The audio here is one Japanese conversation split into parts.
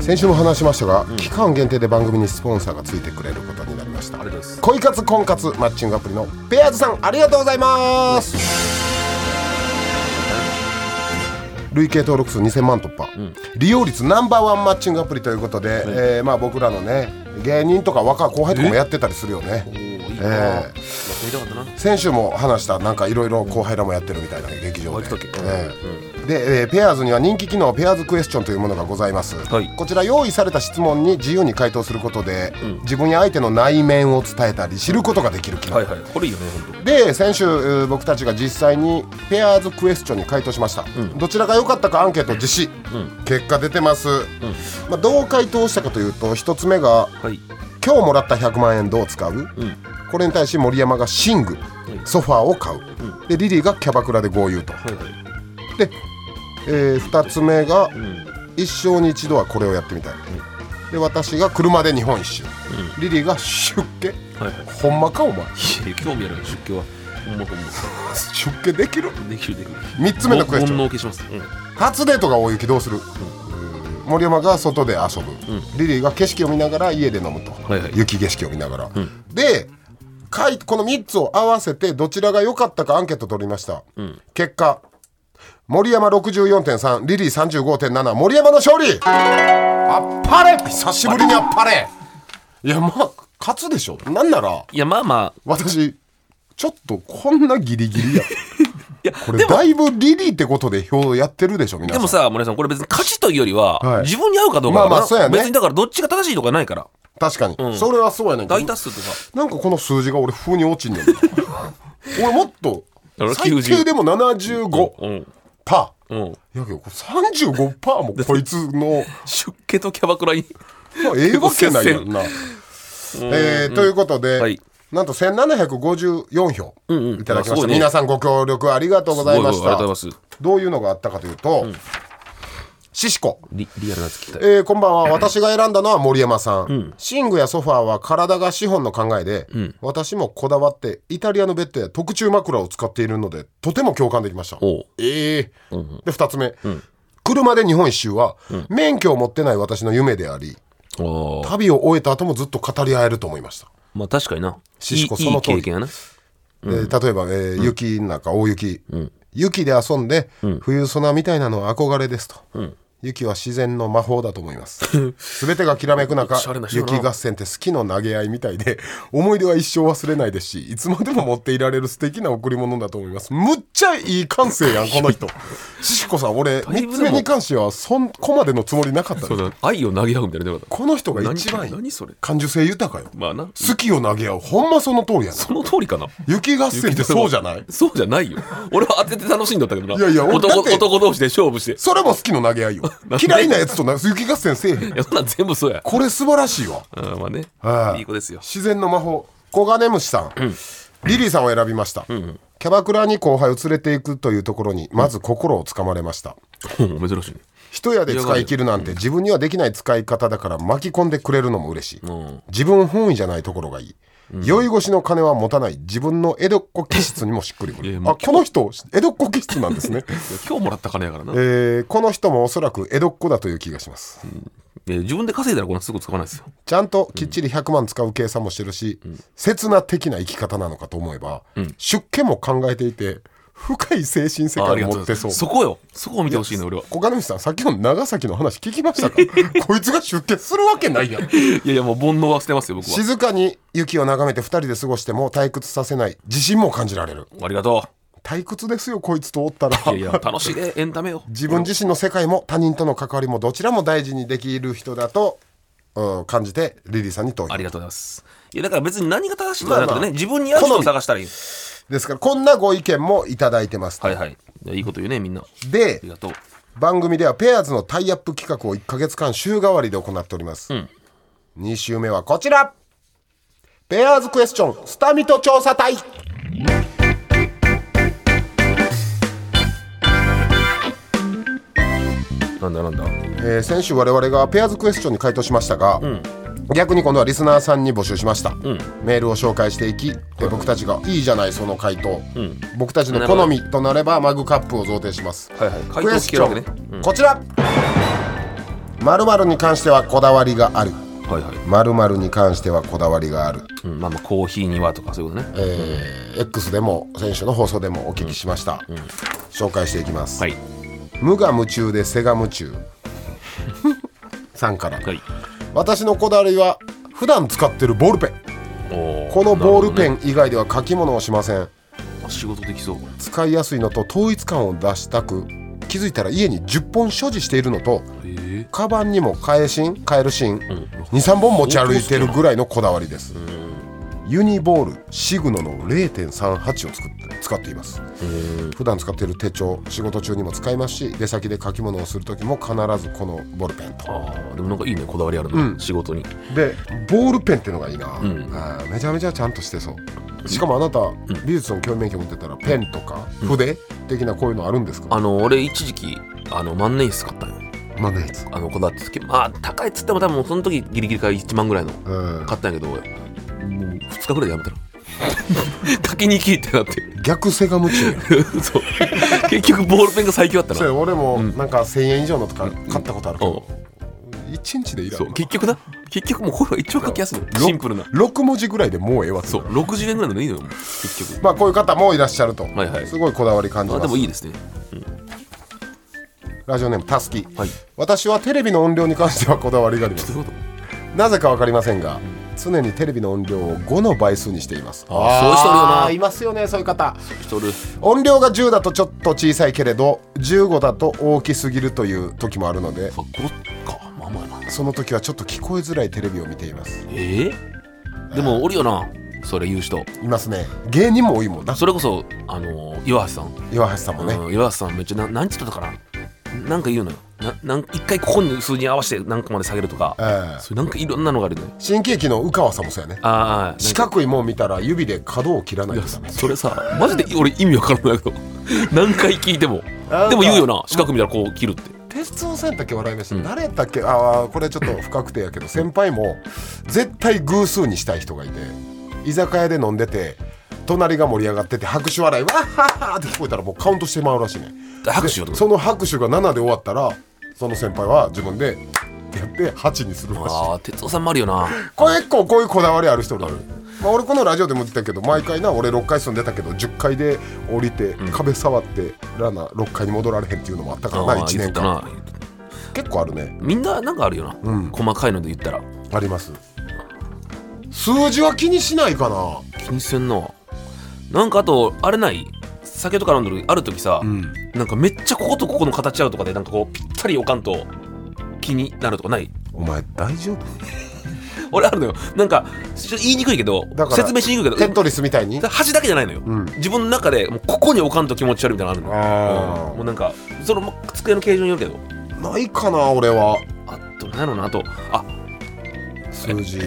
先週も話しましたが、期間限定で番組にスポンサーがついてくれることになりました恋活婚活マッチングアプリのペアーズさんありがとうございます累計登録数2000万突破、利用率ナンバーワンマッチングアプリということで、えーまあ、僕らのね芸人とか若い後輩とかもやってたりするよねいいなやえってみたかったな先週も話したなんかいろいろ後輩らもやってるみたいな劇場あで来たっけええで、えーペアーズには人気機能ペアーズクエスチョンというものがございます、はいこちら用意された質問に自由に回答することで、自分や相手の内面を伝えたり知ることができる機能、はいはいこれいいよね本当で先週えー僕たちが実際にペアーズクエスチョンに回答しました、どちらが良かったかアンケート実施、結果出てます、まあ、どう回答したかというと1つ目がはい「今日もらった100万円どう使うこれに対し森山が「寝具」ソファーを買う、でリリーがキャバクラで豪遊と、はいはいで、え2つ目が、一生に一度はこれをやってみたい、で私が車で日本一周、リリーが出家はいはいほんまかお前 いや興味ある出家はほんまほんま出家できる できるできる3つ目のクエスチョン煩悩を消しますうん初デートが大雪どうする、森山が外で遊ぶ、リリーが景色を見ながら家で飲むと、はいはい雪景色を見ながら、でかいこの3つを合わせてどちらが良かったかアンケート取りました、結果森山64.3リリー35.7森山の勝利あっぱれ久しぶりにあっぱれいやまあ勝つでしょなんならいやまあまあ私ちょっとこんなギリギリや いやこれだいぶリリーってことで票やってるでしょ皆さんでもさ、森さん、これ別に価値というよりは、はい自分に合うかどうかだからまあまあそうやね別にだからどっちが正しいとかないから。確かに、それはそうやねんけど大多数とか。なんかこの数字が俺風に落ちんねんな 俺もっと俺最90低でも75うん。パー、うん。いやけどこれ35パーもこいつの出家とキャバクラに。まあええわけないやんな、えーということで、はいなんと1754票いただきました、あすごいね皆さんご協力ありがとうございましすごいあたりがとうございますどういうのがあったかというと、シシコリリアルなやつ聞きたい。えーこんばんは私が選んだのは森山さん、寝具やソファーは体が資本の考えで、私もこだわってイタリアのベッドや特注枕を使っているのでとても共感できましたおうええで2つ目、車で日本一周は、免許を持ってない私の夢でありおー旅を終えた後もずっと語り合えると思いました、まあ確かにな。シシコいいその通りいい経験やな。えー例えば、えー雪の中大雪、雪で遊んで、冬ソナみたいなのは憧れですと、雪は自然の魔法だと思います 全てがきらめく中おしゃれな人だな雪合戦って好きの投げ合いみたいで 思い出は一生忘れないですしいつまでも持っていられる素敵な贈り物だと思いますむっちゃいい感性やんこの人シシコさん俺いぶ3つ目に関してはそんこまでのつもりなかったそうねだ愛を投げ合うみたいな。この人が一番いい何何それ感受性豊かよまあな。好きを投げ合うほんまその通りやなその通りかな。雪合戦ってそうじゃないそうじゃないよ。俺は当てて楽しいんだったけどな。いやいや俺だ男って男同士で勝負して。それも好きの投げ合いよん。で嫌いなやつとな雪合戦せえへん。いや、そんなん全部そうや。これ素晴らしいわ。うん、まあね。はいいい子ですよ。自然の魔法。コガネムシさん、リリーさんを選びました。キャバクラに後輩を連れていくというところに、まず心をつかまれました。うん珍しいね。一夜で使い切るなんて自分にはできない使い方だから巻き込んでくれるのも嬉しい、ん自分本位じゃないところがいい、酔い越しの金は持たない自分の江戸っ子気質にもしっくりくいやるもうあこの人江戸っ子気質なんですね、いや今日もらった金やからな。えーこの人もおそらく江戸っ子だという気がしますいや自分で稼いだらこんなすぐ使わないですよ。ちゃんときっちり100万使う計算もしてるし、刹那的な生き方なのかと思えば、出家も考えていて深い精神世ああ界りがをと持ってそううそこよ。そこを見てほしいの、俺は。小金虫さんさっきの長崎の話聞きましたか こいつが出家するわけないやんいやいや、もう煩悩は捨てますよ、僕は。静かに雪を眺めて2人で過ごしても退屈させない自信も感じられるありがと退屈ですよこいつとおったらう。いやいや、楽しいね、エンタメを。 自分自身の世界も他人との関わりもどちらも大事にできる人だと、うん感じてリリーさんに投票ありがとうございます。いや、だから別に何が正しいとかじゃなくてまあまあね、自分に合う人を探したらいい。ですからこんなご意見もいただいてます、はいはい。いやいいこと言うね、みんな。あでりがとう。番組ではペアーズのタイアップ企画を1ヶ月間週替わりで行っております、2週目はこちらペアーズクエスチョンスタミト調査隊なんだなんだ。えー先週我々がペアーズクエスチョンに回答しましたが、逆に今度はリスナーさんに募集しました、メールを紹介していきで僕たちが「いいじゃないその回答、僕たちの好み」となればマグカップを贈呈します、はいはい。回答クエス聞けチるョわけンね。、こちら〇〇に関してはこだわりがあるはいはい、 〇〇に関してはこだわりがある、うん、まあまあコーヒーにはとかそういうことねえー X でも選手の放送でもお聞きしました、紹介していきます、はい無我夢中で背が夢中 さんからはい 私のこだわりは普段使ってるボールペンおこのボールペン、ン以外では書き物をしません、あ仕事できそう使いやすいのと統一感を出したく気づいたら家に10本所持しているのとええカバンにも返しん買えるシーン、23本持ち歩いてるぐらいのこだわりです、ユニボールシグノの0.38を作って使っています普段使っている手帳仕事中にも使いますし出先で書き物をする時も必ずこのボールペンとあーでもなんかいいねこだわりあるの、仕事にでボールペンっていうのがいいな、あーめちゃめちゃちゃんとしてそうしかもあなた、美術の教員免許持ってたらペンとか筆的なこういうのあるんですか、あの俺一時期あの万年筆買ったんよまあねいつあのこだわってつけまあ高いっつっても多分その時ギリギリから1万ぐらいのうん買ったんやけどもう2日ぐらいでやめ たの書きにきいってなって逆セガム中やそう結局ボールペンが最強だった そなれ俺もなんか1000円以上のとか買ったことあるけうんど、一日でいらんそなう結局な結局もうこれは一応書きやすい のシンプルな6文字ぐらいでもうええわそう60円ぐらいのいいのよもう結局まあこういう方もいらっしゃると、はいはいすごいこだわり感じあますでもいいですねラジオネームたすき、はい私はテレビの音量に関してはこだわりがあり ますそういうこなぜかわかりませんが常にテレビの音量を5の倍数にしていますあーそういう人いるよなあーいますよねそういう方と人おる音量が10だとちょっと小さいけれど15だと大きすぎるという時もあるのでまあ5かまあまあなその時はちょっと聞こえづらいテレビを見ていますええでもおるよなそれ言う人いますね芸人も多いもんなそれこそあのー岩橋さん岩橋さんもね、うん、岩橋さんめっちゃな何つってたかななんか言うのよななん一回ここに数字に合わせて何個まで下げるとか、ええそうなんかいろんなのがあるのよ新喜劇の宇川さんもそうやねあーあー四なんか角いもん見たら指で角を切らないいとやダそメそれさマジで俺意味わからないけど 何回聞いてもでも言うよな四角みたいなこう切るって鉄夫さんだけ笑い飯、誰だっけああこれちょっと不確定やけど先輩も絶対偶数にしたい人がいて居酒屋で飲んでて隣が盛り上がってて拍手笑いわっはっはって聞こえたらもうカウントしてまうらしいね拍手よでとかその拍手が7で終わったらその先輩は自分でやって8にするらしいああ哲夫さんもあるよなこれ結構こういうこだわりある人なのまあ、俺このラジオでも言ってたけど毎回な俺6回住んでたけど10回で降りて壁触ってラナ6回に戻られへんっていうのもあったからあなー1言っ年てた間な言ってた結構あるねみんななんかあるよな、細かいので言ったらあります数字は気にしないかな気にせんななんかあとあれない酒とか飲んでるある時さ、なんかめっちゃこことここの形合うとかでなんかこうぴったりおかんと気になるとかないお前大丈夫俺あるのよなんかちょっと言いにくいけどだから説明しにくいけテどントリスみたいにうん端だけじゃないのよ、ん自分の中でもうここに置かんと気持ち悪いみたいなのあるのあよ、うんもうなんかその机の形状によるけどーないかな俺はあと何やろうなあとあ数字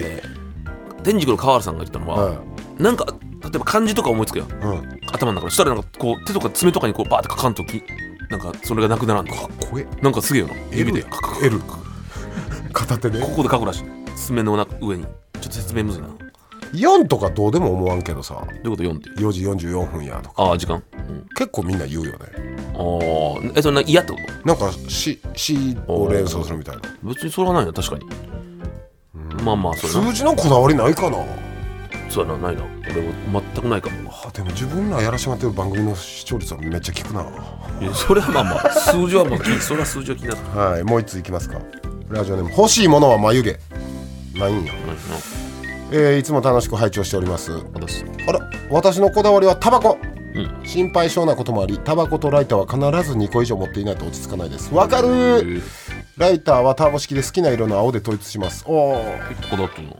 天竺の川原さんが言ったのは、なんか例えば漢字とか思いつくやうんんうん頭の中でしたらなんかこう手とか爪とかにこうバーってかかんときなんかそれがなくならんのかこれなんかすげえよな L 指でやカカカ L 片手でここで書くらしい爪のな上にちょっと説明むずいなど4とかどうでも思わんけどさういうこと読んで4時44分やとかああ時間、うん、結構みんな言うよねああえそれな嫌ってこなんかししを連想するみたいなと別にそれはないな確かにまあまあそれな数字のこだわりないかなそうやなないな俺は全くないかもあでも自分らやらしてもらってる番組の視聴率はめっちゃ効くないやそれはまあまあ数字はまあ気それは数字は気になるはいもう一ついきますかラジオネーム欲しいものは眉毛ないんや、ないなえーいつも楽しく拝聴しておりますあだすあら私のこだわりはタバコうん心配性なこともありタバコとライターは必ず2個以上持っていないと落ち着かないですわかるえーー、ライターはターボ式で好きな色の青で統一しますおー結構だったな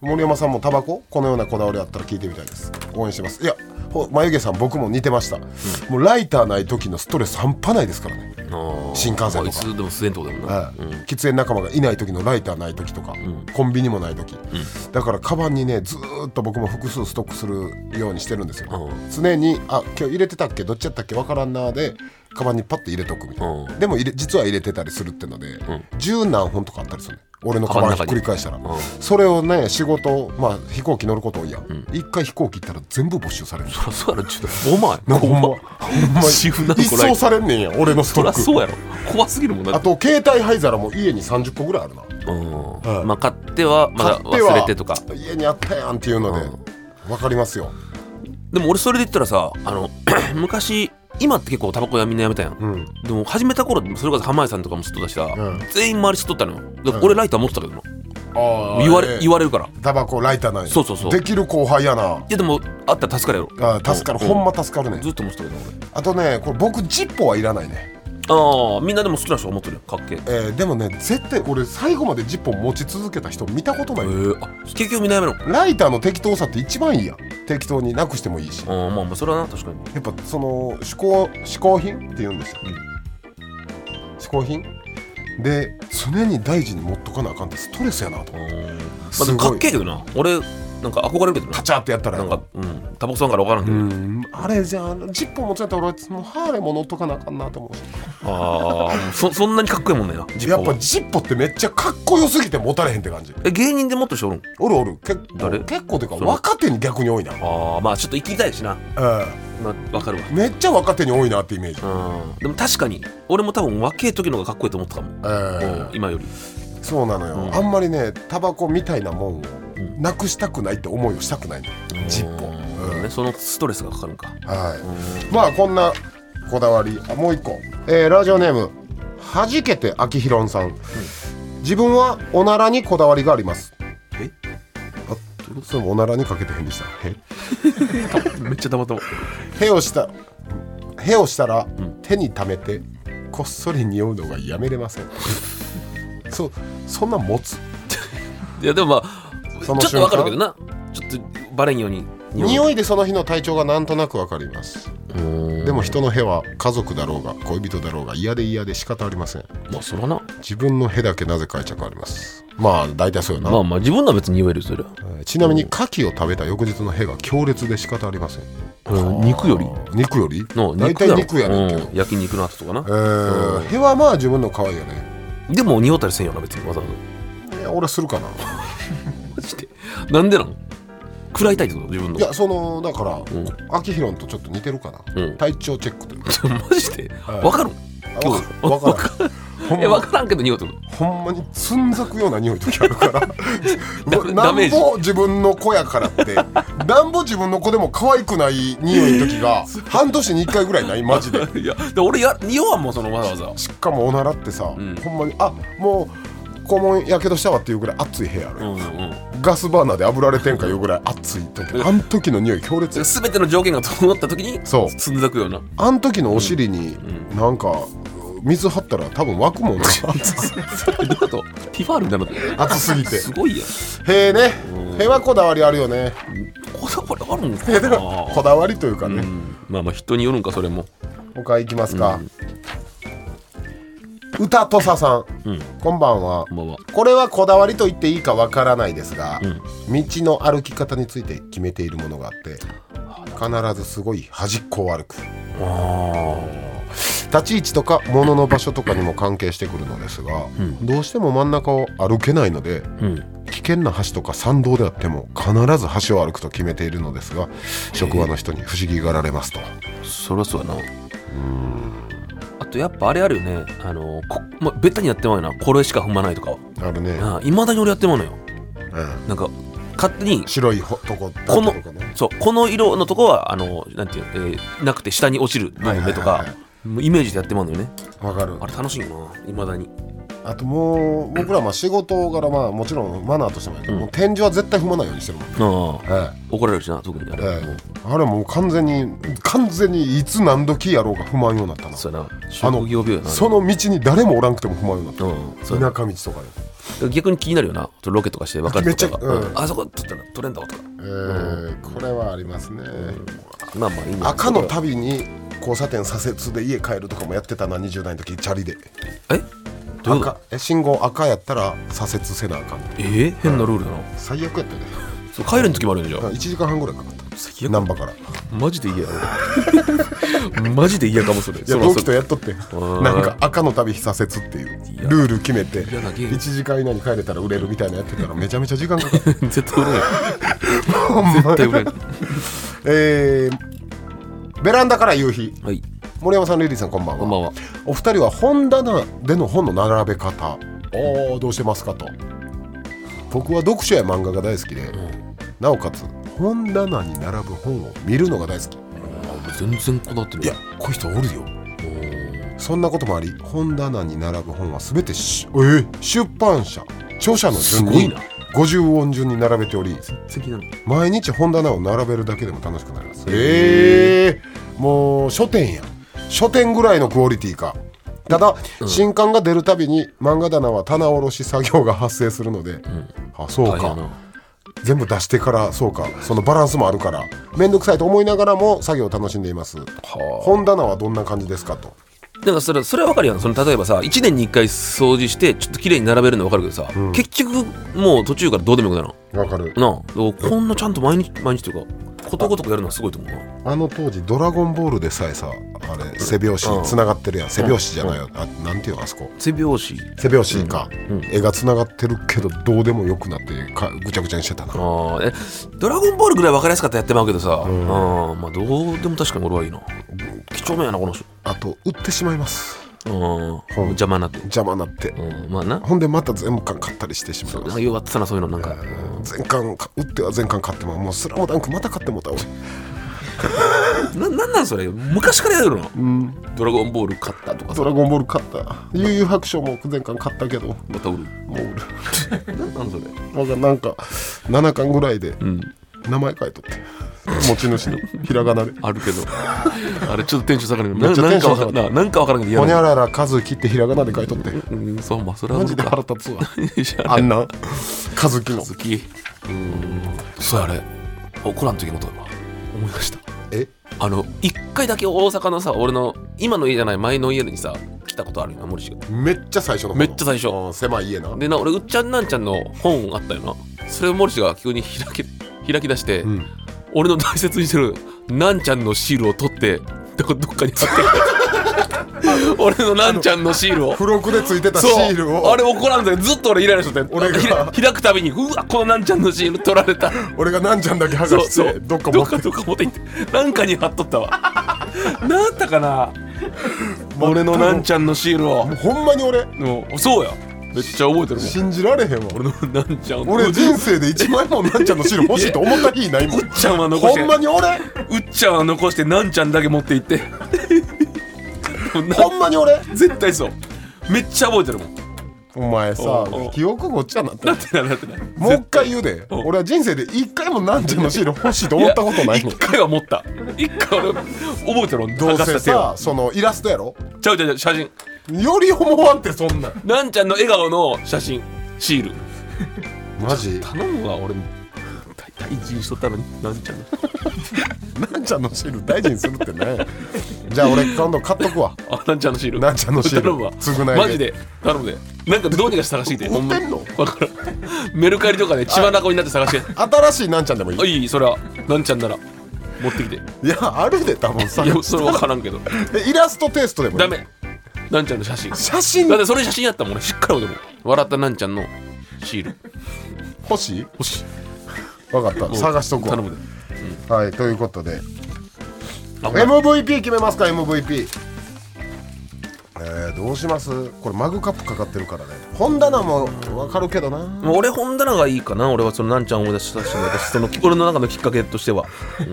森山さんもタバコこのようなこだわりあったら聞いてみたいです応援してますいやほ眉毛さん僕も似てました、もうライターない時のストレス半端ないですからね、あー新幹線とかまあいつでも吸えんってことだもんな、はい喫煙仲間がいない時のライターない時とか、コンビニもない時、だからカバンにねずーっと僕も複数ストックするようにしてるんですよ、う常にあ今日入れてたっけどっちやったっけわからんなーでカバンにパッて入れとくみたいな、うんでも入れ実は入れてたりするってので、ん十何本とかあったりするね俺のカバンカバひっンの中くにり返したら、んそれをね仕事まあ飛行機乗ること多いやん、一回飛行機行ったら全部没収される そらそうやろちょっとお前なんかほんまほん まシフナンコライ一ト掃されんねんや俺のストそッらクそうやろ怖すぎるもんなあと携帯灰皿も家に30個ぐらいあるなうんはいまあ買ってはまだ買っては忘れてとか家にあったやんっていうので、わかりますよでも俺それで言ったらさあの 昔今って結構タバコやみんなやめたやん、うんでも始めた頃それこそ濱家さんとかも吸っとったしさ、ん全員周り吸っとったのよだから俺ライター持ってたけどな、あ言われ言わわれるからいタバコライターないそうそうそうできる後輩やなやでもあったら助かるやあろ助かるうんほんま助かるねずっと持ってたけどあとねこれ僕ジッポはいらないね、俺ああみんなでも好きな人は持ってるやんかっけええーでもね絶対俺最後までジッポ持ち続けた人見たことない、ー、あ結局みんなやめろライターの適当さって一番いいやん適当になくしてもいいしあーまあまあそれはな確かにやっぱその嗜好嗜好品って言うんですよ、うん嗜好品で常に大事に持っとかなあかんってストレスやなとあーまあ、すでごいもかっけえけどな俺なんか憧れるけどなカチャってやったらなんかうんタバコさんから分からんけうど、んあれじゃあジッポ持ちやったら俺もうハーレーも乗っとかなあかんなと思うああそ そんなにかっこいいもんねなジッやポっーぱはジッポってめっちゃかっこよすぎて持たれへんって感じえ芸人でもっとしておるんおるおる結構誰結構というかその若手に逆に多いな、ああまあちょっと生きたいしな、うまあ、分かるわん、めっちゃ若手に多いなってイメージ、うんでも確かに俺も多分若い時の方がかっこいいと思ったかも、うんうん今よりそうなのよ、うんあんまりねタバコみたいなもんをんなくしたくないって思いをしたくないの、ジッポ、うんうんね、そのストレスがかかるんかはい、うんまあこんなこだわりあもう一個、えーラジオネームはじけてあきひろんさん、自分はおならにこだわりがあります えあそれもおならにかけてへんでしたへめっちゃたまたまへをしたへをしたら、ん手に溜めてこっそり匂うのがやめれま せんそうそんなん持ついやでもまあちそょのっ瞬と間分かるけどなちょっとバレんように匂いでその日の体調がなんとなくわかりますうんでも人のへは家族だろうが恋人だろうが嫌で嫌で仕方ありませんまあそらな自分のへだけなぜか愛着ありますまあ大体そうよな、まあまあ自分のは別に匂えるそれはえーちなみに牡蠣を食べた翌日のへが強烈で仕方ありませんうん肉より肉よりの大体肉やねんけどうん、焼肉の後とかなえーへはまあ自分の可愛いよねでも匂ったりせんよな別にわざわざいや俺するかなマジでなんでなの食らいたいってこと自分のいやそのだから、んあきひろんとちょっと似てるかな、うん体調チェックというか マジでいわかるんあわかわからんほんえまわからんけど匂うってことほんまにつんざくような匂いときある からうわダなメんージぼ自分の子やからって なんぼ自分の子でも可愛くない匂いの時 が半年に1回ぐらいないマジで いやで俺や匂わんもんそのわざわざしかもおならってさ、んほんまにあもう肛門やけどしたわっていうぐらい熱い部屋ある、うんうんガスバーナーで炙られてんかいうぐらい熱い時 あん時の匂い強烈すべての条件が整った時にそうつんざくようなあん時のお尻になんか水張ったら多分湧く もんなどういうことティファールみたいになって熱すぎてすごいやんへえねへはこだわりあるよねこだわりあるんかなこだわりというかね、うんまあまあ人によるんかそれも他いきますか、歌とささん、うんこんばんは、まあまあこれはこだわりと言っていいかわからないですが、道の歩き方について決めているものがあって必ずすごい端っこを歩く立ち位置とか物の場所とかにも関係してくるのですが、どうしても真ん中を歩けないので、うん危険な橋とか山道であっても必ず橋を歩くと決めているのですが職場の人に不思議がられますと、そらそうやなあとやっぱあれあるよねあのこまあベタにやってまうよなこれしか踏まないとかあるね、いまだに俺やってまうのようんなんか勝手に白いほとここのとこねそうこの色のとこはあのなんていうの、えーなくて下に落ちる部分でとはいはいはかいもうイメージでやってまうんだよねわかるあれ楽しいよないまだにあともう僕らまあ仕事柄まあもちろんマナーとしてもやけど、もう天井は絶対踏まないようにしてるもん、ああえ怒られるしな特にあえれ、えもうえあれもう完全に完全にいつ何時やろうが不満ようになったなそうやな職業病やなその道に誰もおらんくても不満ようになったうん、そうや田舎道とかで、な逆に気になるよなちょっとロケとかして分かるとめかっちゃうんあそこ撮ったら撮れんだわとかええこれはありますね、まあまあ今赤の旅に交差点左折で家帰るとかもやってたな20代の時チャリでえどういうこと赤え信号赤やったら左折せなあかんえー変なルールだな、最悪やったよねそう帰る時もあるんじゃん、 1時間半ぐらいかかった最悪難波からいマジで嫌や俺 マジで嫌かもそれやそら同期そとれやっとってんーなんか赤の旅左折っていうルール決めて嫌なゲーム1時間以内に帰れたら売れるみたいなやってたらめちゃめちゃ時間かかる 絶対売れない ほんま絶対売れないえー、ベランダから夕日 はい森山さんリリーさんこんばんはこんばんはお二人は本棚での本の並べ方おーどうしてますかと僕は読書や漫画が大好きで、なおかつ本棚に並ぶ本を見るのが大好き全然こだわってないいやこういう人おるよそんなこともあり本棚に並ぶ本は全てし、えー出版社著者の順すごいにな50音順に並べており素敵なの毎日本棚を並べるだけでも楽しくなりますええもう書店や書店ぐらいのクオリティかただ、新刊が出るたびに漫画棚は棚卸し作業が発生するので、あそう大変やかな全部出してからそうかそのバランスもあるから面倒くさいと思いながらも作業を楽しんでいます本棚はどんな感じですかとなんかそれそれは分かるやんその例えばさ1年に1回掃除してちょっと綺麗に並べるの分かるけどさ、結局もう途中からどうでもよくなるわかるなあこんなちゃんと毎日毎日というかことごとくやるのはすごいと思うなあの当時「ドラゴンボール」でさえさあれ背拍子つながってるやん背拍子じゃないよあなんていうのあそこ背拍子背拍子か、絵がつながってるけどどうでもよくなってかぐちゃぐちゃにしてたなあーえドラゴンボールぐらい分かりやすかったらやってまうけどさ、あーまあどうでも確かに俺はいいな貴重面やなこの人あと売ってしまいますうん邪魔になって、邪魔になって、うん、まあなほんでまた全巻買ったりしてしまいます弱ってたなそういうのなんか全巻か売っては全巻買ってももう「スラムダンクまた買ってもうたわななんなんそれ昔からやるの、ドラゴンボール買ったとかさドラゴンボール買った悠々白書も全巻買ったけどもまた売るう売るなんなんそれなんかなんか7巻ぐらいで名前書いとって、持ち主のひらが なであるけどあれちょっとテンション下がるめっなちゃなテんンシかョン下がわかるんななんかわからんけど「ほにやゃるらら和樹」ってひらがなで書いとってうんそうまあそれはマそジうでか腹立つわいやあんな和樹の好きそうやあれ怒らん時のことだわ思い出したえあの一回だけ大阪のさ俺の今の家じゃない前の家にさ来たことあるよな森氏がめっちゃ最初の方めっちゃ最初うん狭い家なでな俺うっちゃんなんちゃんの本あったよなそれを森氏が急に開き開き出して、ん俺の大切にしてるなんちゃんのシールを取ってどこどっかに 貼って俺のなんちゃんのシールを付録でついてたシそうールをあれ怒らんでずっと俺イライラしとって俺がひら開くたびにうわこのなんちゃんのシール取ら れた俺がなんちゃんだけ剥がそうしそてうどっか持ってどっか持って行ってなんかに貼っとったわなんだかな俺のなんちゃんのシールをほんまに俺もうそうやめっちゃ覚えてるもん信じられへんわ俺のなんちゃん俺う人生で一枚もなんちゃんのシール欲しいと思った日ない もんうっちゃんは残しほてんまに俺うっちゃんは残してなんちゃんだけ持っ て行ってなほんまに俺絶対そうめっちゃ覚えてるもんお前さおうおう記憶ごっちゃなって なってないなってないもう一回言うでおう俺は人生で一回もなんちゃんのシール欲しいと思ったことないもん一回は持った一回俺覚えてるもんどう剥がしせた手をさそのイラストやろちゃうちゃうちゃう写真より思わんってそんなんなんちゃんの笑顔の写真シールマジ 頼むわ俺も大大事にしとったのになんちゃんのなんちゃんのシール大事にするってねじゃあ俺今度買っとくわあなんちゃんのシールなんちゃんのシール頼むわ償いでマジで頼むでなんかどうにかして探してきて売ってんのほまわからんメルカリとかで血まなこになって探して新しいなんちゃんでもいいあいいそれはなんちゃんなら持ってきていいやあるで多分さやそれ分からんけどえイラストテイストでもいいダメなんちゃんの写真写真だってそれ写真やったもん俺しっかり覚えてるもん笑ったなんちゃんのシール欲しい欲しい分かった探しとこ頼むでうはいということであほら MVP 決めますか MVP えー、どうしますこれマグカップかかってるからね本棚も分かるけどな、もう俺本棚がいいかな俺はそのなんちゃんを思い出したし私その俺の中のきっかけとしては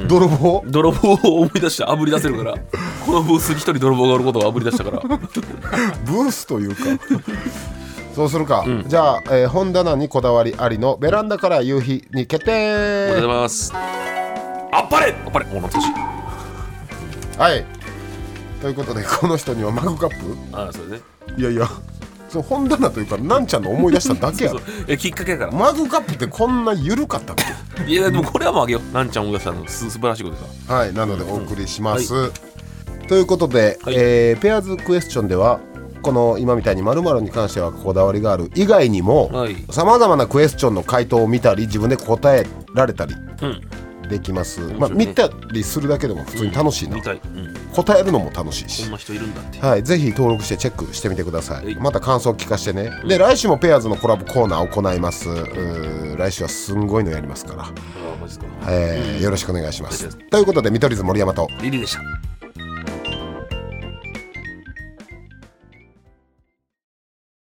泥棒泥棒を思い出してあぶり出せるからこのブースに一人泥棒がおることをあぶり出した からブースという かそうするか、じゃあ、えー本棚にこだわりありのベランダから夕日に決おめでと定うございます。あっぱれあっぱれお懐かしい。はいということでこの人にはマグカップああ、そうね。いやいやそう本棚というかなんちゃんの思い出しただけやろえ、きっかけやかマグカップってこんな緩かったっけ ら。いや、でもこれはもうあげよう。なんちゃんを出したの、す素晴らしいことさ。はいなのでお送りします、ということで、はいえーペアーズクエスチョンではこの今みたいに〇〇に関してはこだわりがある以外にもはいさまざまなクエスチョンの回答を見たり自分で答えられたりうん。できます、んまあ、見たりするだけでも普通に楽しいな、見たい、うん、答えるのも楽しいこんし、な人いるんだってはい、ぜひ登録してチェックしてみてくださはいいまた感想聞かせてねで来週もペアーズのコラボコーナーを行いますうー来週はすんごいのやりますから、ああマジですかえーよろしくお願いしまお願すいしということで見取り図森山とリリーでした